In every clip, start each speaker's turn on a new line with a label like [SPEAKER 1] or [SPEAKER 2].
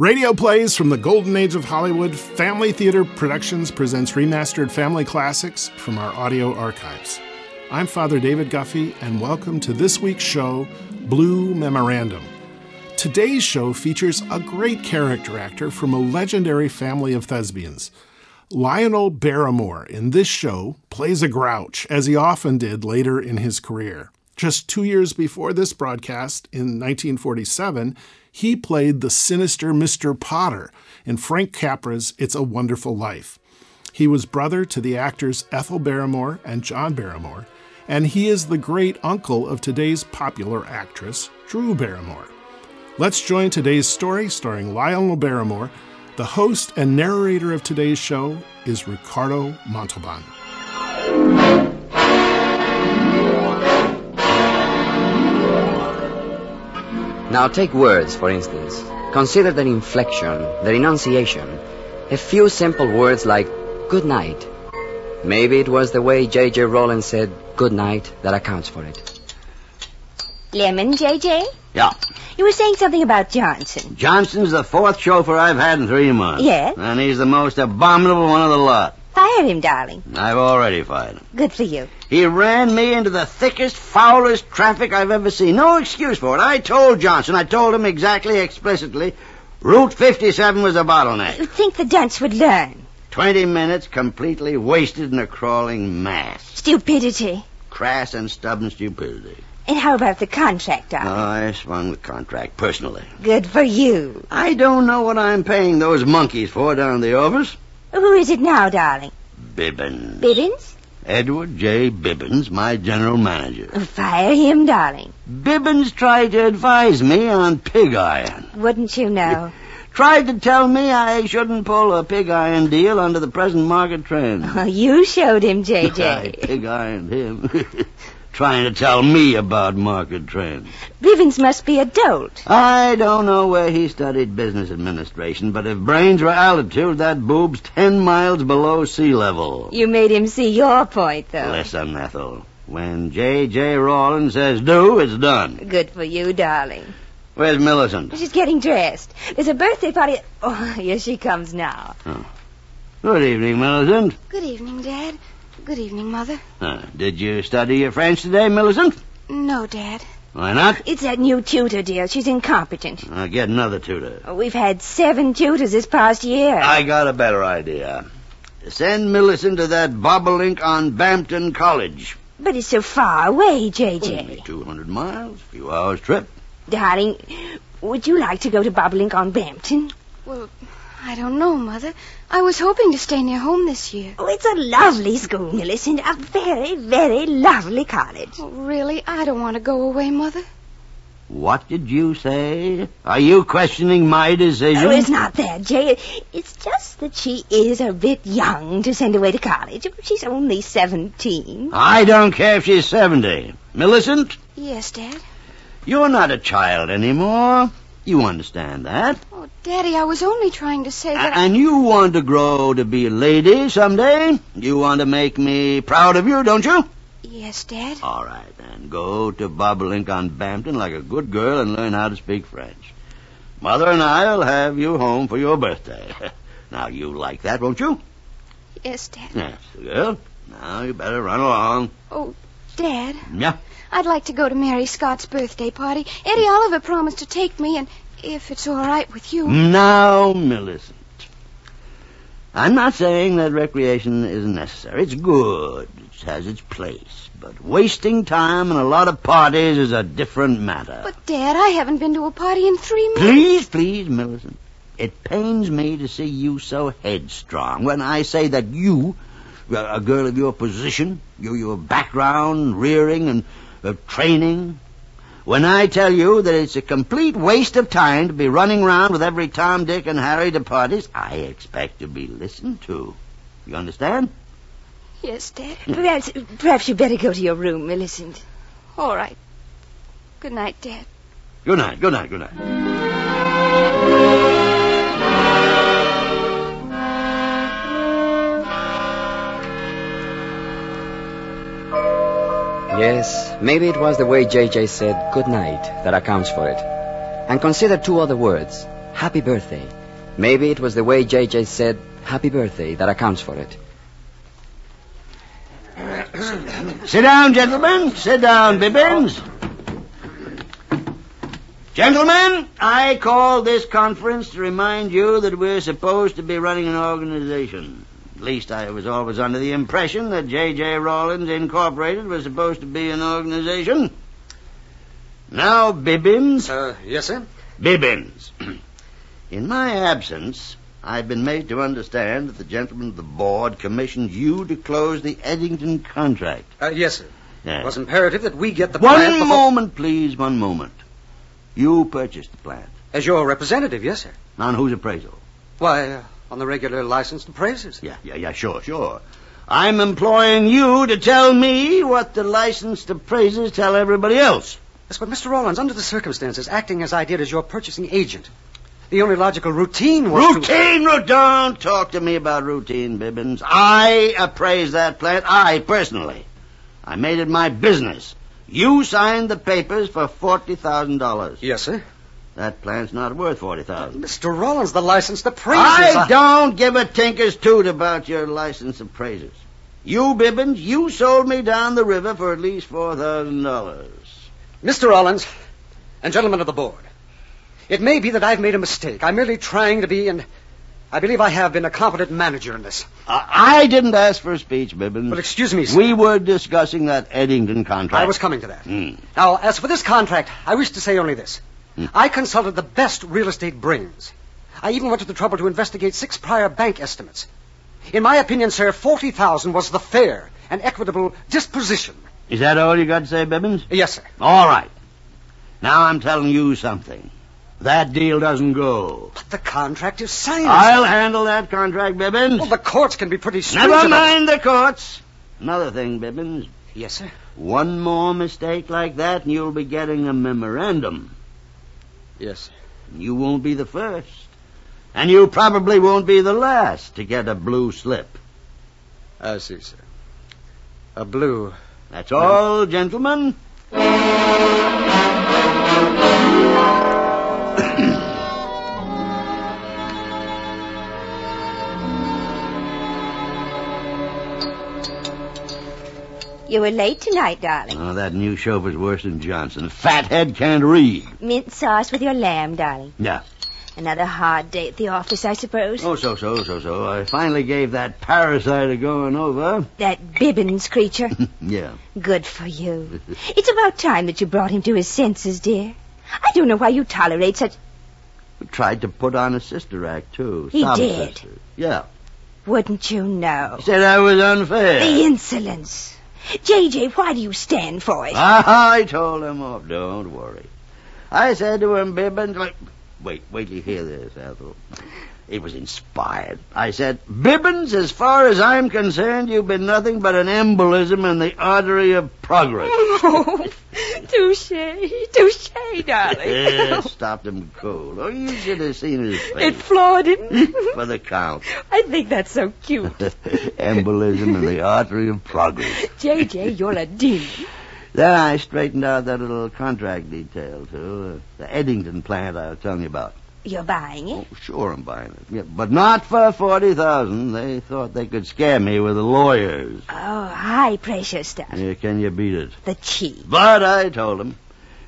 [SPEAKER 1] Radio plays from the golden age of Hollywood, Family Theater Productions presents remastered family classics from our audio archives. I'm Father David Guffey, and welcome to this week's show, Blue Memorandum. Today's show features a great character actor from a legendary family of thespians. Lionel Barrymore in this show plays a grouch, as he often did later in his career. Just two years before this broadcast, in 1947, he played the sinister Mr. Potter in Frank Capra's It's a Wonderful Life. He was brother to the actors Ethel Barrymore and John Barrymore, and he is the great uncle of today's popular actress, Drew Barrymore. Let's join today's story starring Lionel Barrymore. The host and narrator of today's show is Ricardo Montalban.
[SPEAKER 2] Now take words, for instance. Consider their inflection, their enunciation. A few simple words like good night. Maybe it was the way J.J. Rowland said good night that accounts for it.
[SPEAKER 3] Lemon, JJ?
[SPEAKER 4] Yeah.
[SPEAKER 3] You were saying something about Johnson.
[SPEAKER 4] Johnson's the fourth chauffeur I've had in three months.
[SPEAKER 3] Yes?
[SPEAKER 4] And he's the most abominable one of the lot.
[SPEAKER 3] Fire him, darling.
[SPEAKER 4] I've already fired him.
[SPEAKER 3] Good for you.
[SPEAKER 4] He ran me into the thickest, foulest traffic I've ever seen. No excuse for it. I told Johnson, I told him exactly, explicitly, Route 57 was a bottleneck.
[SPEAKER 3] You'd think the dunce would learn.
[SPEAKER 4] Twenty minutes completely wasted in a crawling mass.
[SPEAKER 3] Stupidity.
[SPEAKER 4] Crass and stubborn stupidity.
[SPEAKER 3] And how about the contract, darling?
[SPEAKER 4] I swung the contract personally.
[SPEAKER 3] Good for you.
[SPEAKER 4] I don't know what I'm paying those monkeys for down in the office.
[SPEAKER 3] Who is it now, darling?
[SPEAKER 4] Bibbins.
[SPEAKER 3] Bibbins?
[SPEAKER 4] Edward J. Bibbins, my general manager.
[SPEAKER 3] Oh, Fire him, darling.
[SPEAKER 4] Bibbins tried to advise me on pig iron.
[SPEAKER 3] Wouldn't you know?
[SPEAKER 4] Tried to tell me I shouldn't pull a pig iron deal under the present market trend.
[SPEAKER 3] Well, Oh, you showed him,
[SPEAKER 4] I
[SPEAKER 3] JJ.
[SPEAKER 4] pig ironed him. Trying to tell me about market trends.
[SPEAKER 3] Bibbins must be a dolt.
[SPEAKER 4] I don't know where he studied business administration, but if brains were altitude, that boob's ten miles below sea level.
[SPEAKER 3] You made him see your point, though.
[SPEAKER 4] Listen, Ethel. When J.J. Rawlins says do, it's done.
[SPEAKER 3] Good for you, darling.
[SPEAKER 4] Where's Millicent?
[SPEAKER 3] She's getting dressed. There's a birthday party. Oh, here she comes now.
[SPEAKER 4] Good evening, Millicent.
[SPEAKER 5] Good evening, Dad. Good evening, Mother.
[SPEAKER 4] Uh, did you study your French today, Millicent?
[SPEAKER 5] No, Dad.
[SPEAKER 4] Why not?
[SPEAKER 3] It's that new tutor, dear. She's incompetent.
[SPEAKER 4] I'll get another tutor.
[SPEAKER 3] Oh, We've had seven tutors this past year.
[SPEAKER 4] I got a better idea. Send Millicent to that bobolink on Bampton College.
[SPEAKER 3] But it's so far away,
[SPEAKER 4] Only
[SPEAKER 3] JJ.
[SPEAKER 4] 200 miles, a few hours trip.
[SPEAKER 3] Darling, would you like to go to Bobolink on Bampton?
[SPEAKER 5] Well, I don't know, Mother. I was hoping to stay near home this year.
[SPEAKER 3] Oh, it's a lovely school, Millicent. A very, very lovely college.
[SPEAKER 5] Oh, really? I don't want to go away, Mother.
[SPEAKER 4] What did you say? Are you questioning my decision?
[SPEAKER 3] Oh, it's not that, Jay. It's just that she is a bit young to send away to college. She's only 17.
[SPEAKER 4] I don't care if she's 70. Millicent,
[SPEAKER 5] Yes, Dad.
[SPEAKER 4] you're not a child anymore. You understand that.
[SPEAKER 5] Oh, Daddy, I was only trying to say that.
[SPEAKER 4] A- and you want to grow to be a lady someday. You want to make me proud of you, don't you?
[SPEAKER 5] Yes, Dad.
[SPEAKER 4] All right, then. Go to Bobolink on Bampton like a good girl and learn how to speak French. Mother and I'll have you home for your birthday. now, you like that, won't you?
[SPEAKER 5] Yes, Dad.
[SPEAKER 4] Yes, girl. Now, you better run along.
[SPEAKER 5] Oh, Dad,
[SPEAKER 4] Yeah.
[SPEAKER 5] I'd like to go to Mary Scott's birthday party. Eddie Oliver promised to take me, and if it's all right with you.
[SPEAKER 4] Mm. Now, Millicent. I'm not saying that recreation isn't necessary. It's good. It has its place. But wasting time in a lot of parties is a different matter.
[SPEAKER 5] But, Dad, I haven't been to a party in
[SPEAKER 4] Mm.
[SPEAKER 5] three months.
[SPEAKER 4] Please, please, Millicent. It pains me to see you so headstrong when I say that you, a a girl of your position, your, your background, rearing, and uh, training, when I tell you that it's a complete waste of time to be running round with every Tom, Dick, and Harry to parties, I expect to be listened to. You understand?
[SPEAKER 5] Yes, Dad.
[SPEAKER 3] Perhaps, perhaps you better go to your room, Millicent.
[SPEAKER 5] All right. Good night, Dad.
[SPEAKER 4] Good night, good night, good night.
[SPEAKER 2] Yes, maybe it was the way J.J. said good night that accounts for it. And consider two other words. Happy birthday. Maybe it was the way JJ said happy birthday that accounts for it.
[SPEAKER 4] Sit down, gentlemen. Sit down, Bibbins. Gentlemen, I call this conference to remind you that we're supposed to be running an organization. At least I was always under the impression that J.J. Rawlins Incorporated was supposed to be an organization. Now, Bibbins.
[SPEAKER 6] Uh, yes, sir?
[SPEAKER 4] Bibbins. In my absence, I've been made to understand that the gentlemen of the board commissioned you to close the Eddington contract.
[SPEAKER 6] Uh, yes, sir.
[SPEAKER 4] Yes.
[SPEAKER 6] It was imperative that we get the
[SPEAKER 4] One
[SPEAKER 6] plant before-
[SPEAKER 4] moment, please. One moment. You purchased the plant
[SPEAKER 6] As your representative, yes, sir.
[SPEAKER 4] on whose appraisal?
[SPEAKER 6] Why, uh, on the regular licensed appraisers.
[SPEAKER 4] Yeah, yeah, yeah. Sure, sure. I'm employing you to tell me what the licensed appraisers tell everybody else.
[SPEAKER 6] Yes, but Mr. Rollins, under the circumstances, acting as I did as your purchasing agent, the only logical routine was to-
[SPEAKER 4] Routine, routine. Don't talk to me about routine, Bibbins. I appraised that plant. I personally. I made it my business. You signed the papers for forty thousand dollars.
[SPEAKER 6] Yes, sir.
[SPEAKER 4] That plant's not worth forty thousand.
[SPEAKER 6] Mr. Rollins, the licensed Uh, appraisers.
[SPEAKER 4] I don't give a tinker's toot about your license appraisers. You, Bibbins, you sold me down the river for at least $4,000.
[SPEAKER 6] Mr. Rollins, and gentlemen of the board, it may be that I've made a mistake. I'm merely trying to be, and I believe I have been a competent manager in this.
[SPEAKER 4] I, I didn't ask for a speech, Bibbins.
[SPEAKER 6] Well, excuse me, sir.
[SPEAKER 4] We were discussing that Eddington contract.
[SPEAKER 6] I was coming to that.
[SPEAKER 4] Hmm.
[SPEAKER 6] Now, as for this contract, I wish to say only this.
[SPEAKER 4] Hmm.
[SPEAKER 6] I consulted the best real estate brains. I even went to the trouble to investigate six prior bank estimates. In my opinion, sir, 40,000 was the fair and equitable disposition.
[SPEAKER 4] Is that all you got to say, Bibbins?
[SPEAKER 6] Yes, sir.
[SPEAKER 4] All right. Now I'm telling you something. That deal doesn't go.
[SPEAKER 6] But the contract is signed.
[SPEAKER 4] I'll handle that contract, Bibbins.
[SPEAKER 6] Well, the courts can be pretty stringent.
[SPEAKER 4] Never mind the courts. Another thing, Bibbins.
[SPEAKER 6] Yes, sir.
[SPEAKER 4] One more mistake like that, and you'll be getting a memorandum.
[SPEAKER 6] Yes, sir.
[SPEAKER 4] You won't be the first. And you probably won't be the last to get a blue slip.
[SPEAKER 6] I see, sir. A blue.
[SPEAKER 4] That's all, gentlemen.
[SPEAKER 3] You were late tonight, darling.
[SPEAKER 4] Oh, that new chauffeur's worse than Johnson. Fathead can't read.
[SPEAKER 3] Mint sauce with your lamb, darling.
[SPEAKER 4] Yeah.
[SPEAKER 3] Another hard day at the office, I suppose.
[SPEAKER 4] Oh, so, so, so, so. I finally gave that parasite a going over.
[SPEAKER 3] That Bibbins creature.
[SPEAKER 4] yeah.
[SPEAKER 3] Good for you. It's about time that you brought him to his senses, dear. I don't know why you tolerate such.
[SPEAKER 4] Tried to put on a sister act, too.
[SPEAKER 3] He
[SPEAKER 4] Sob
[SPEAKER 3] did.
[SPEAKER 4] sister. Yeah.
[SPEAKER 3] Wouldn't you know?
[SPEAKER 4] Said I was unfair.
[SPEAKER 3] The insolence. JJ, why do you stand for it?
[SPEAKER 4] Ah, I told him off. Don't worry. I said to him, Bibbins, wait, wait, wait till you hear this, Ethel. He was inspired. I said, Bibbins, as far as I'm concerned, you've been nothing but an embolism in the artery of progress.
[SPEAKER 3] Oh, touche, touche, darling.
[SPEAKER 4] Eh, stopped him cold. Oh, you should have seen his
[SPEAKER 3] It
[SPEAKER 4] face.
[SPEAKER 3] floored him.
[SPEAKER 4] For the count.
[SPEAKER 3] I think that's so cute.
[SPEAKER 4] embolism in the artery of progress.
[SPEAKER 3] JJ, you're a demon.
[SPEAKER 4] Then I straightened out that little contract detail, too. uh, The Eddington plant I was telling you about.
[SPEAKER 3] You're buying it?
[SPEAKER 4] Oh, sure, I'm buying it. Yeah, but not for forty thousand. They thought they could scare me with the lawyers.
[SPEAKER 3] Oh, high pressure stuff.
[SPEAKER 4] Yeah, can you beat it?
[SPEAKER 3] The chi.
[SPEAKER 4] But I told them,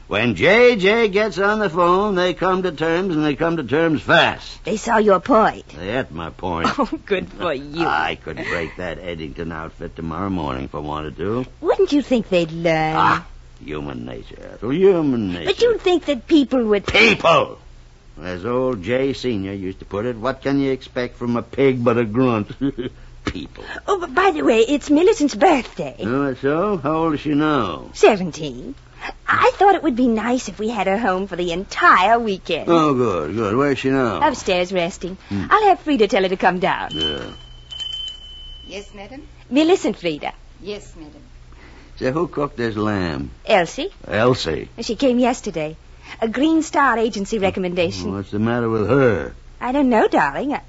[SPEAKER 4] when J.J. gets on the phone, they come to terms, and they come to terms fast.
[SPEAKER 3] They saw your point.
[SPEAKER 4] They at my point.
[SPEAKER 3] Oh, good for you.
[SPEAKER 4] I could break that Eddington outfit tomorrow morning if I wanted to.
[SPEAKER 3] Wouldn't you think they'd learn?
[SPEAKER 4] Ah, human nature, Ethel. Human nature.
[SPEAKER 3] but you'd think that people would.
[SPEAKER 4] people. As old J. Senior used to put it, what can you expect from a pig but a grunt? people.
[SPEAKER 3] Oh, but by the way, it's Millicent's birthday.
[SPEAKER 4] Oh, so? How old is she now?
[SPEAKER 3] Seventeen. I thought it would be nice if we had her home for the entire weekend.
[SPEAKER 4] Oh, good, good. Where is she now?
[SPEAKER 3] Upstairs resting.
[SPEAKER 4] Hmm.
[SPEAKER 3] I'll have Frida tell her to come down.
[SPEAKER 4] Yeah.
[SPEAKER 7] Yes, madam.
[SPEAKER 3] Millicent Frida.
[SPEAKER 7] Yes, madam.
[SPEAKER 4] Say, who cooked this lamb?
[SPEAKER 3] Elsie.
[SPEAKER 4] Elsie.
[SPEAKER 3] She came yesterday. A Green Star Agency recommendation.
[SPEAKER 4] What's the matter with her?
[SPEAKER 3] I don't know, darling. I-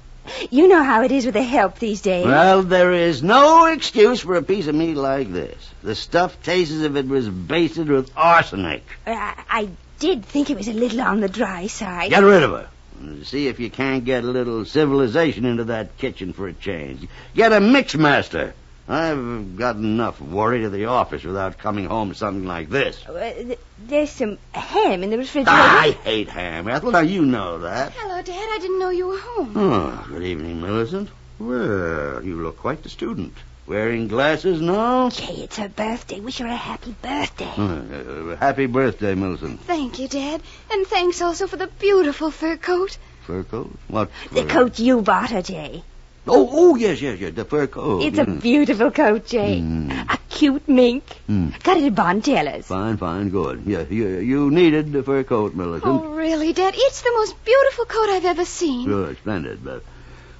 [SPEAKER 3] You know how it is with the help these days.
[SPEAKER 4] Well, there is no excuse for a piece of meat like this. The stuff tastes as if it was basted with arsenic.
[SPEAKER 3] Uh, I, I did think it was a little on the dry side.
[SPEAKER 4] Get rid of her. and see if you can't get a little civilization into that kitchen for a change. Get a mixmaster. I've got enough worry to the office without coming home to something like this. Ah,
[SPEAKER 3] Well, Uh, th- there's some ham in the refrigerator.
[SPEAKER 4] I hate ham, Ethel. Now, you know that.
[SPEAKER 5] Hello, Dad. I didn't know you were home.
[SPEAKER 4] Oh, good evening, Millicent. Well, you look quite the student. Wearing glasses now?
[SPEAKER 3] Jay, it's her birthday. Wish her a happy birthday.
[SPEAKER 4] Uh, happy birthday, Millicent.
[SPEAKER 5] Thank you, Dad. And thanks also for the beautiful fur coat.
[SPEAKER 4] Fur coat? What?
[SPEAKER 3] The
[SPEAKER 4] fur?
[SPEAKER 3] coat you bought her, Jay.
[SPEAKER 4] Oh, oh, yes, yes, yes. The fur coat.
[SPEAKER 3] It's a
[SPEAKER 4] Mm.
[SPEAKER 3] beautiful coat, Jay.
[SPEAKER 4] Mm.
[SPEAKER 3] A cute mink.
[SPEAKER 4] Mm.
[SPEAKER 3] Got it at Bontello's.
[SPEAKER 4] Fine, fine, good. Yeah, you, you needed the fur coat, Millicent.
[SPEAKER 5] Oh, really, Dad? It's the most beautiful coat I've ever seen.
[SPEAKER 4] Sure, splendid. But,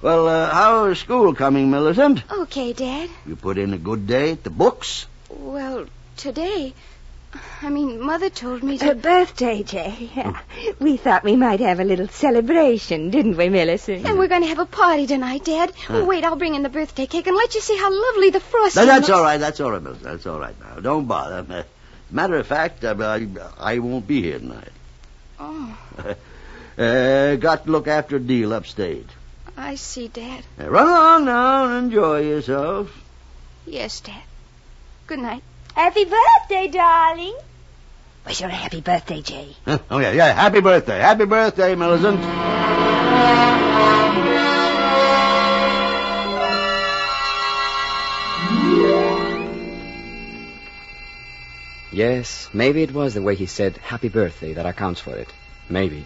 [SPEAKER 4] well, uh, how's school coming, Millicent?
[SPEAKER 5] Okay, Dad.
[SPEAKER 4] You put in a good day at the books?
[SPEAKER 5] Well, today. I mean, Mother told me
[SPEAKER 3] Her
[SPEAKER 5] to.
[SPEAKER 3] birthday, Jay.
[SPEAKER 4] Oh.
[SPEAKER 3] We thought we might have a little celebration, didn't we, Millicent?
[SPEAKER 5] And we're going to have a party tonight, Dad. Oh, wait, I'll bring in the birthday cake and let you see how lovely the
[SPEAKER 4] No,
[SPEAKER 5] frosting
[SPEAKER 4] that's
[SPEAKER 5] looks.
[SPEAKER 4] all right. That's all right, Millicent. That's all right now. Don't bother. Uh, Matter of fact, I, I, I won't be here tonight.
[SPEAKER 5] Oh,
[SPEAKER 4] Uh, got to look after a deal upstate.
[SPEAKER 5] I see, Dad.
[SPEAKER 4] Uh, run along now and enjoy yourself.
[SPEAKER 5] Yes, Dad. Good night.
[SPEAKER 3] Happy birthday, darling. Wish her a happy birthday, Jay.
[SPEAKER 4] Huh? Oh, yeah, yeah. Happy birthday. Happy birthday, Millicent.
[SPEAKER 2] Yes, maybe it was the way he said happy birthday that accounts for it. Maybe.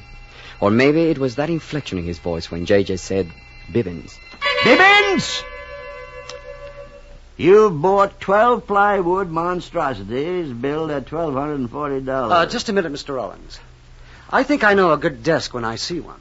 [SPEAKER 2] Or maybe it was that inflection in his voice when JJ said Bibbins.
[SPEAKER 4] Bibbins! You've bought 12 plywood monstrosities billed at $1,240.
[SPEAKER 6] Uh, just a minute, Mr. Rollins. I think I know a good desk when I see one.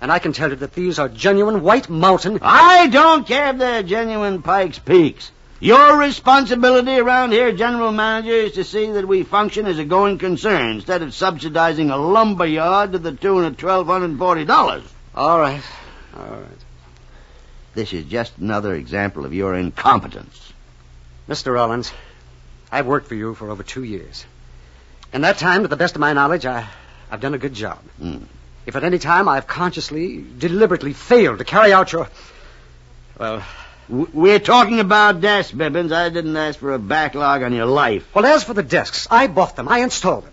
[SPEAKER 6] And I can tell you that these are genuine White Mountain.
[SPEAKER 4] I don't care if they're genuine Pike's Peaks. Your responsibility around here, General Manager, is to see that we function as a going concern instead of subsidizing a lumber yard to the tune of $1,240.
[SPEAKER 6] All right. All right.
[SPEAKER 4] This is just another example of your incompetence.
[SPEAKER 6] Mr. Rollins, I've worked for you for over two years. In that time, to the best of my knowledge, I, I've done a good job.
[SPEAKER 4] Hmm.
[SPEAKER 6] If at any time I've consciously, deliberately failed to carry out your. Well,
[SPEAKER 4] W- We're talking about desks, Bibbins. I didn't ask for a backlog on your life.
[SPEAKER 6] well, as for the desks, I bought them, I installed them.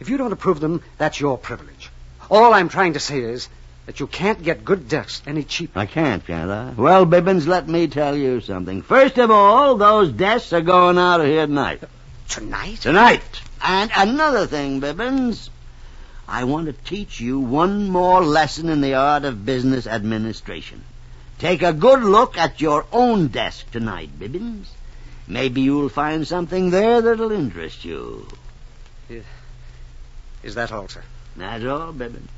[SPEAKER 6] If you don't approve them, that's your privilege. All I'm trying to say is that you can't get good desks any cheaper.
[SPEAKER 4] I can't, can't I? Well, Bibbins, let me tell you something. First of all, those desks are going out of here tonight.
[SPEAKER 6] Tonight?
[SPEAKER 4] Tonight. And another thing, Bibbins. I want to teach you one more lesson in the art of business administration. Take a good look at your own desk tonight, Bibbins. Maybe you'll find something there that'll interest you.
[SPEAKER 6] Is that all, sir?
[SPEAKER 4] That's all, Bibbins.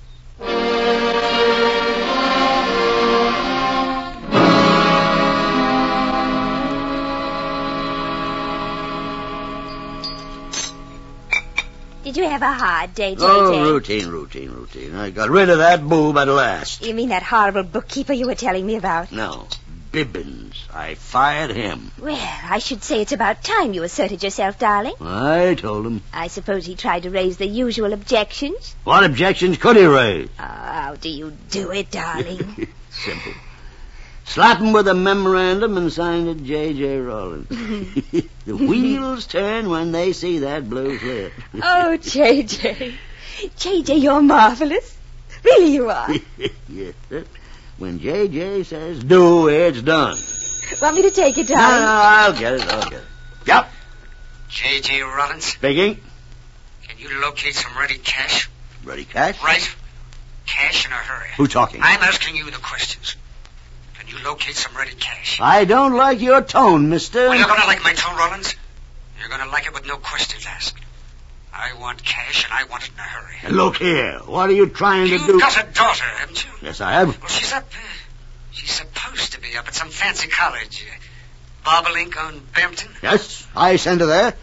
[SPEAKER 3] Did you have a hard day, Jay?
[SPEAKER 4] Oh, routine, routine, routine. I got rid of that boob at last.
[SPEAKER 3] You mean that horrible bookkeeper you were telling me about?
[SPEAKER 4] No, Bibbins. I fired him.
[SPEAKER 3] Well, I should say it's about time you asserted yourself, darling.
[SPEAKER 4] I told him.
[SPEAKER 3] I suppose he tried to raise the usual objections.
[SPEAKER 4] What objections could he raise?
[SPEAKER 3] Oh, how do you do it, darling?
[SPEAKER 4] Simple. Slap him with a memorandum and sign it J.J. Rowland. the wheels turn when they see that blue flip.
[SPEAKER 3] oh, JJ. JJ, you're marvelous. Really, you are.
[SPEAKER 4] yes, sir. When J.J. says do, it's done.
[SPEAKER 3] Want me to take it,
[SPEAKER 4] No, no,
[SPEAKER 3] darling?
[SPEAKER 4] I'll get it, I'll get it. Yep,
[SPEAKER 6] J.J. Rollins,
[SPEAKER 4] speaking.
[SPEAKER 6] can you locate some ready cash?
[SPEAKER 4] Ready, Cash?
[SPEAKER 6] Right. Cash in a hurry.
[SPEAKER 4] Who talking?
[SPEAKER 6] I'm asking you the questions. Can you locate some ready cash?
[SPEAKER 4] I don't like your tone, mister.
[SPEAKER 6] Well, you're gonna like my tone, Rollins. You're gonna like it with no questions asked. I want cash, and I want it in a hurry.
[SPEAKER 4] Look here, what are you trying to
[SPEAKER 6] You've
[SPEAKER 4] do?
[SPEAKER 6] got a daughter, haven't you?
[SPEAKER 4] Yes, I have.
[SPEAKER 6] Well, she's up. Uh, she's supposed to be up at some fancy college. Uh, Bobolink on Bampton.
[SPEAKER 4] Yes, I sent her there.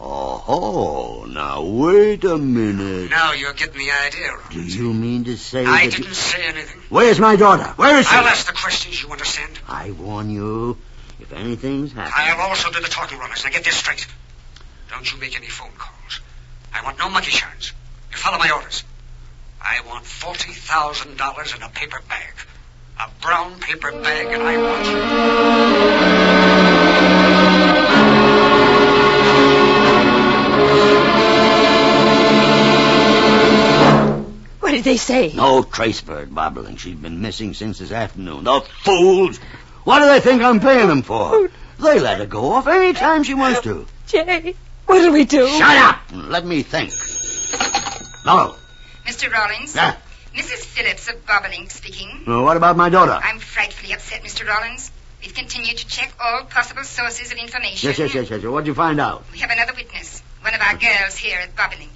[SPEAKER 4] Oh, oh, now wait a minute.
[SPEAKER 6] Now you're getting the idea, Rollins.
[SPEAKER 4] Do you mean to say
[SPEAKER 6] I
[SPEAKER 4] that you-
[SPEAKER 6] didn't say anything.
[SPEAKER 4] Where's my daughter? Where is she?
[SPEAKER 6] I'll ask the questions you understand.
[SPEAKER 4] I warn you, if anything's
[SPEAKER 6] I'll
[SPEAKER 4] happened.
[SPEAKER 6] also do the talking, Rollins. Now get this straight. Don't you make any phone calls. I want no monkey shines. You follow my orders. I want $40,000 in a paper bag. A brown paper bag, and I want you.
[SPEAKER 3] What did they say?
[SPEAKER 4] No trace of her at Bobolink. She's been missing since this afternoon. The fools! What do they think I'm paying them for? They let her go off any time she wants to.
[SPEAKER 3] Jay, what'll we do?
[SPEAKER 4] Shut up and let me think. Hello.
[SPEAKER 7] Mr. Rollins?
[SPEAKER 4] Yeah.
[SPEAKER 7] Mrs. Phillips of Bobolink speaking.
[SPEAKER 4] Well, what about my daughter?
[SPEAKER 7] I'm frightfully upset, Mr. Rollins. We've continued to check all possible sources of information.
[SPEAKER 4] Yes, yes, yes, yes. What'd you find out?
[SPEAKER 7] We have another witness, one of our girls here at Bobolink,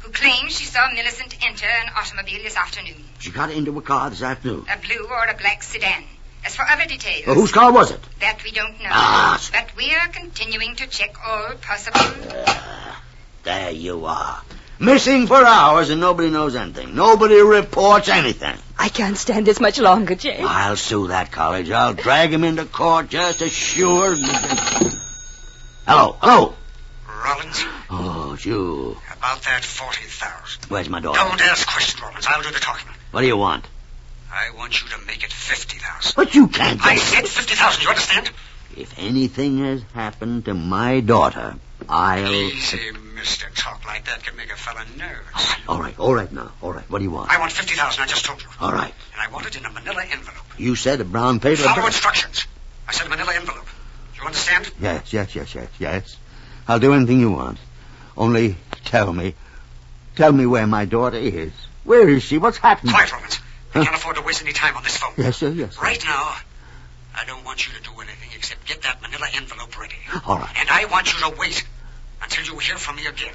[SPEAKER 7] who claims she saw Millicent enter an automobile this afternoon,
[SPEAKER 4] She got into a car this afternoon.
[SPEAKER 7] a blue or a black sedan. As for other details,
[SPEAKER 5] Uh,
[SPEAKER 4] Well, whose car was it?
[SPEAKER 7] that we don't know.
[SPEAKER 4] Ah.
[SPEAKER 7] But we're continuing to check all possible.
[SPEAKER 4] Uh, There you are. Missing for hours and nobody knows anything. Nobody reports anything.
[SPEAKER 3] I can't stand this much longer, Jay.
[SPEAKER 4] I'll sue that college. I'll drag him into court just as sure. Hello, hello.
[SPEAKER 6] Rollins,
[SPEAKER 4] Oh, it's you.
[SPEAKER 6] about that 40000
[SPEAKER 4] Where's my daughter?
[SPEAKER 6] Don't ask questions, Rollins. I'll do the talking.
[SPEAKER 4] What do you want?
[SPEAKER 6] I want you to make it 50000
[SPEAKER 4] But you can't.
[SPEAKER 6] I said 50000 you understand?
[SPEAKER 4] If anything has happened to my daughter, I'll.
[SPEAKER 6] Easy, mister. Talk like that can make a fella nervous.
[SPEAKER 4] All right, all right now, all right. What do you want?
[SPEAKER 6] I want 50000 I just told you.
[SPEAKER 4] All right.
[SPEAKER 6] And I want it in a manila envelope.
[SPEAKER 4] You said a brown paper.
[SPEAKER 6] Follow instructions. I said a manila envelope. You understand?
[SPEAKER 4] Yes, yes, yes, yes, yes. I'll do anything you want. Only tell me, tell me where my daughter is. Where is she? What's happened?
[SPEAKER 6] Quiet, Rollins. I
[SPEAKER 4] Huh?
[SPEAKER 6] can't afford to waste any time on this phone.
[SPEAKER 4] Yes, sir, yes. sir.
[SPEAKER 6] Right now, I don't want you to do anything except get that manila envelope ready.
[SPEAKER 4] All right.
[SPEAKER 6] And I want you to wait until you hear from me again.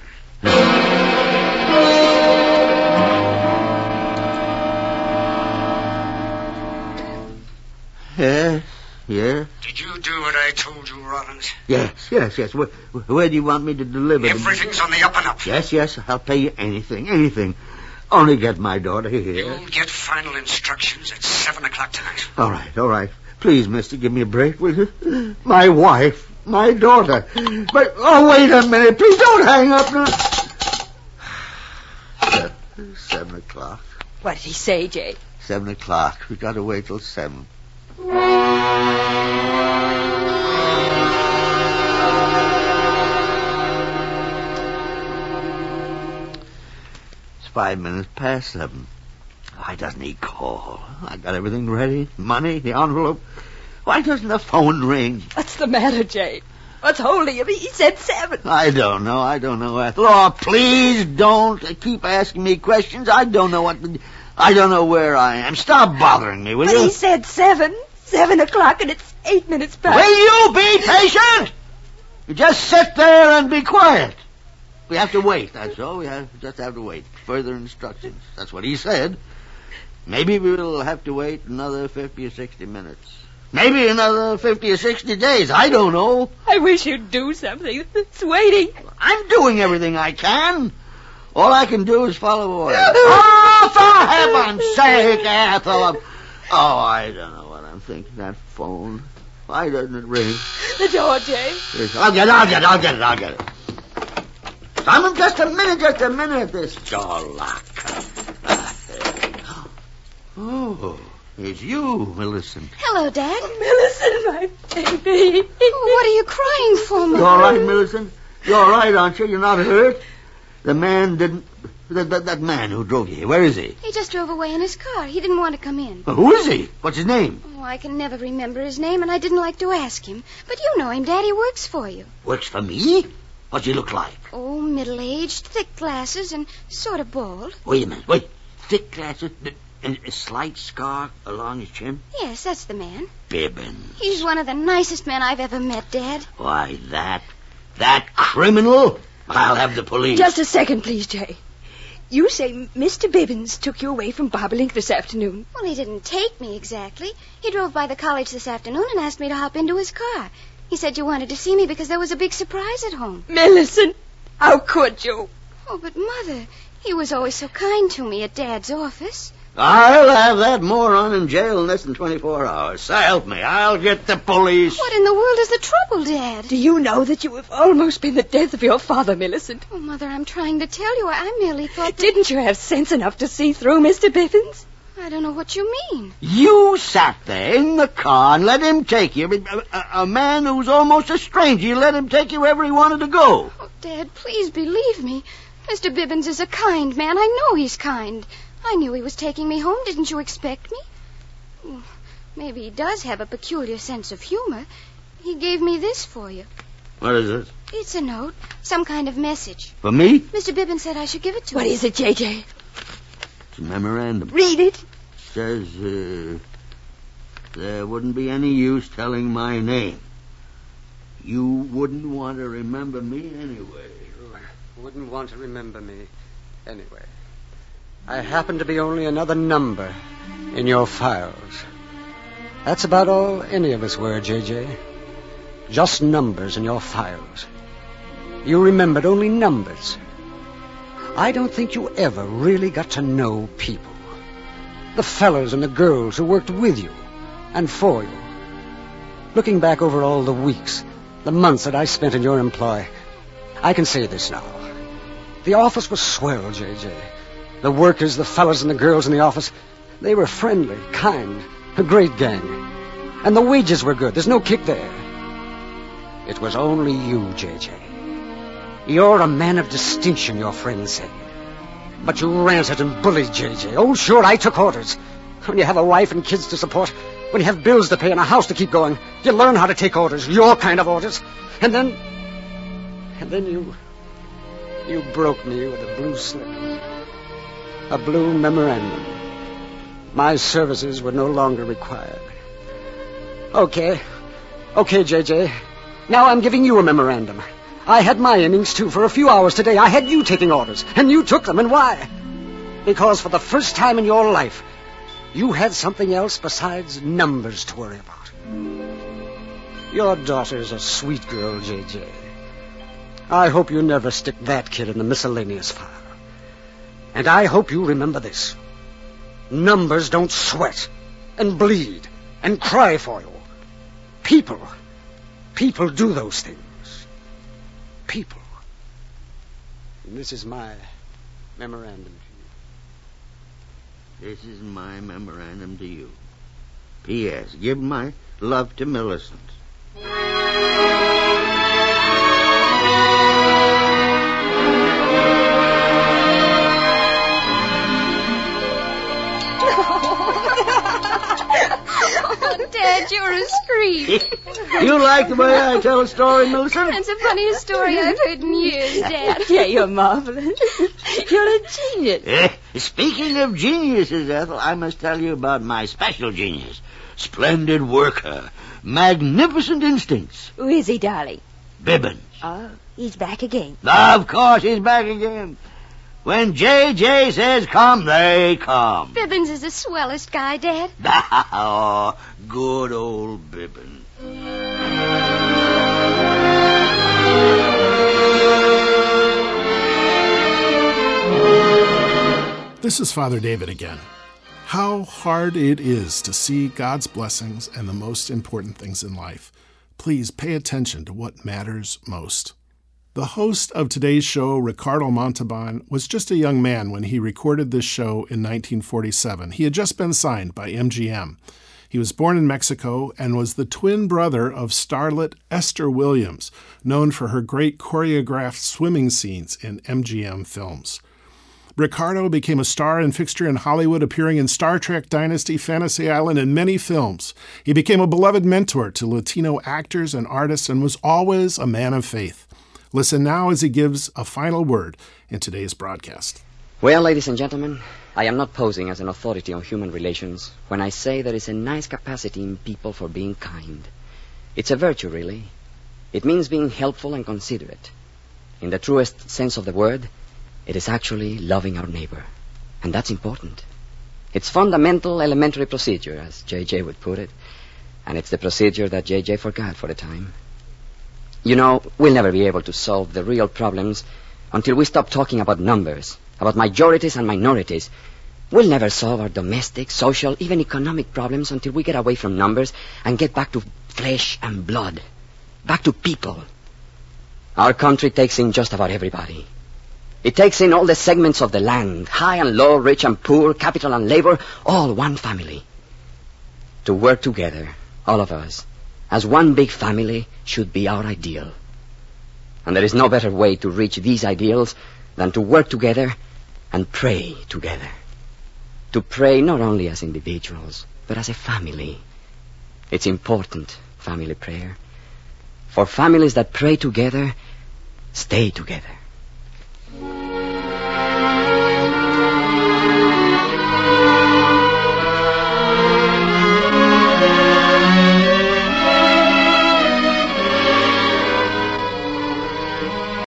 [SPEAKER 4] Yes, yes,
[SPEAKER 6] Did you do what I told you, Rollins?
[SPEAKER 4] yes, yes, yes. Where, where do you want me to deliver? them?
[SPEAKER 6] Everything's on the up and up.
[SPEAKER 4] Yes, yes. I'll pay you anything, anything. Only get my daughter here.
[SPEAKER 6] You'll get final instructions at 7 o'clock tonight.
[SPEAKER 4] All right, all right. Please, mister, give me a break, will you? My wife, my daughter. But, oh, wait a minute. Please don't hang up now. Seven, seven o'clock.
[SPEAKER 3] What did he say, Jay?
[SPEAKER 4] Seven o'clock. We gotta wait till seven. It's five minutes past seven. Why doesn't he call? I got everything ready. Money, the envelope. Why doesn't the phone ring?
[SPEAKER 3] What's the matter, Jay? What's holding him? He said seven.
[SPEAKER 4] I don't know. I don't know. Ethel. Oh, please don't keep asking me questions. I don't know what. to- I don't know where I am. Stop bothering me, will
[SPEAKER 3] But
[SPEAKER 4] you?
[SPEAKER 3] he said seven. Seven o'clock, and it's eight minutes past.
[SPEAKER 4] Will you be patient? You just sit there and be quiet. We have to wait, that's all. We have, just have to wait. Further instructions. That's what he said. Maybe we'll have to wait another 50 or 60 minutes. Maybe another 50 or 60 days. I don't know.
[SPEAKER 3] I wish you'd do something. It's waiting.
[SPEAKER 4] I'm doing everything I can. All I can do is follow orders. oh, for heaven's sake, Ethel. Oh, I don't know what I'm thinking. That phone. Why doesn't it ring?
[SPEAKER 3] The door, Jay.
[SPEAKER 4] Yes, I'll get it, I'll get it, I'll get it, I'll get it. Simon, just a minute, just a minute. This door lock. Ah, there. Oh, it's you, Millicent.
[SPEAKER 5] Hello, Dad.
[SPEAKER 3] Oh, Millicent, my baby.
[SPEAKER 5] What are you crying for,
[SPEAKER 4] You
[SPEAKER 5] Mother?
[SPEAKER 4] all right, Millicent? You all right, aren't you? You're not hurt? The man didn't... That, that, that man who drove you here, where is he?
[SPEAKER 5] He just drove away in his car. He didn't want to come in.
[SPEAKER 4] Well, who is he? What's his name?
[SPEAKER 5] Oh, I can never remember his name, and I didn't like to ask him. But you know him, Dad. He works for you.
[SPEAKER 4] Works for me? What's he look like?
[SPEAKER 5] Oh, middle-aged, thick glasses, and sort of bald.
[SPEAKER 4] Wait a minute, wait. Thick glasses, d- and a slight scar along his chin.
[SPEAKER 5] Yes, that's the man.
[SPEAKER 4] Bibbins.
[SPEAKER 5] He's one of the nicest men I've ever met, Dad.
[SPEAKER 4] Why, that. That criminal? I'll have the police.
[SPEAKER 3] Just a second, please, Jay. You say Mr. Bibbins took you away from Bobolink this afternoon.
[SPEAKER 5] Well, he didn't take me exactly. He drove by the college this afternoon and asked me to hop into his car. He said you wanted to see me because there was a big surprise at home.
[SPEAKER 3] Millicent, how could you?
[SPEAKER 5] Oh, but Mother, he was always so kind to me at Dad's office.
[SPEAKER 4] I'll have that moron in jail in less than 24 hours. So help me. I'll get the police.
[SPEAKER 5] What in the world is the trouble, Dad?
[SPEAKER 3] Do you know that you have almost been the death of your father, Millicent?
[SPEAKER 5] Oh, Mother, I'm trying to tell you. I merely thought that...
[SPEAKER 3] Didn't you have sense enough to see through Mr. Bivins?
[SPEAKER 5] I don't know what you mean.
[SPEAKER 4] You sat there in the car and let him take you. A, a- a man who's almost a stranger, you let him take you wherever he wanted to go.
[SPEAKER 5] Oh, Dad, please believe me. Mr. Bibbins is a kind man. I know he's kind. I knew he was taking me home. Didn't you expect me? Well, Maybe he does have a peculiar sense of humor. He gave me this for you.
[SPEAKER 4] What is it?
[SPEAKER 5] It's a note, some kind of message.
[SPEAKER 4] For me?
[SPEAKER 5] Mr. Bibbins said I should give it to
[SPEAKER 3] What
[SPEAKER 5] him.
[SPEAKER 3] is it, J.J.?
[SPEAKER 4] It's a memorandum.
[SPEAKER 3] Read it.
[SPEAKER 4] says uh, there wouldn't be any use telling my name. You wouldn't want to remember me anyway.
[SPEAKER 6] Wouldn't want to remember me anyway. I happen to be only another number in your files. That's about all any of us were, J.J. Just numbers in your files. You remembered only numbers. I don't think you ever really got to know people. The fellows and the girls who worked with you and for you. Looking back over all the weeks, the months that I spent in your employ, I can say this now. The office was swell, J.J. The workers, the fellows and the girls in the office, they were friendly, kind, a great gang. And the wages were good. There's no kick there. It was only you, J.J. You're a man of distinction, your friends said. But you ranted and bullied, J.J. Oh, sure, I took orders. When you have a wife and kids to support, when you have bills to pay and a house to keep going, you learn how to take orders, your kind of orders. And then... And then you. You broke me with a blue slip. A blue memorandum. My services were no longer required. Okay. Okay, J.J. Now I'm giving you a memorandum. I had my innings, too, for a few hours today. I had you taking orders, and you took them. And why? Because for the first time in your life, you had something else besides numbers to worry about. Your daughter's a sweet girl, J.J. I hope you never stick that kid in the miscellaneous file. And I hope you remember this. Numbers don't sweat and bleed and cry for you. People. People do those things. People. And this is my memorandum to you.
[SPEAKER 4] This is my memorandum to you. P.S. Give my love to Millicent.
[SPEAKER 5] Oh, Dad, you're a scream.
[SPEAKER 4] You like the way I tell a story, Millicent?
[SPEAKER 5] That's the funniest story I've heard in years, Dad.
[SPEAKER 3] Yeah, you're marvelous. You're a genius.
[SPEAKER 4] Eh, speaking of geniuses, Ethel, I must tell you about my special genius. Splendid worker. Magnificent instincts.
[SPEAKER 3] Who is he, darling?
[SPEAKER 4] Bibbin.
[SPEAKER 3] Oh, he's back again.
[SPEAKER 4] Of course, he's back again. When J.J. says come, they come.
[SPEAKER 5] Bibbins is the swellest guy, Dad.
[SPEAKER 4] oh, good old Bibbin.
[SPEAKER 1] This is Father David again. How hard it is to see God's blessings and the most important things in life. Please pay attention to what matters most. The host of today's show, Ricardo Montalban, was just a young man when he recorded this show in 1947. He had just been signed by MGM. He was born in Mexico and was the twin brother of starlet Esther Williams, known for her great choreographed swimming scenes in MGM films. Ricardo became a star and fixture in Hollywood, appearing in Star Trek Dynasty, Fantasy Island, and many films. He became a beloved mentor to Latino actors and artists and was always a man of faith. Listen now as he gives a final word in today's broadcast.
[SPEAKER 2] Well, ladies and gentlemen, I am not posing as an authority on human relations when I say there is a nice capacity in people for being kind. It's a virtue, really. It means being helpful and considerate. In the truest sense of the word, it is actually loving our neighbor. And that's important. It's fundamental elementary procedure, as J.J. would put it. And it's the procedure that J.J. forgot for a time. You know, we'll never be able to solve the real problems until we stop talking about numbers, about majorities and minorities, We'll never solve our domestic, social, even economic problems until we get away from numbers and get back to flesh and blood, back to people. Our country takes in just about everybody. It takes in all the segments of the land, high and low, rich and poor, capital and labor, all one family. To work together, all of us, as one big family should be our ideal. And there is no better way to reach these ideals than to work together and pray together. To pray not only as individuals, but as a family. It's important, family prayer. For families that pray together, stay together.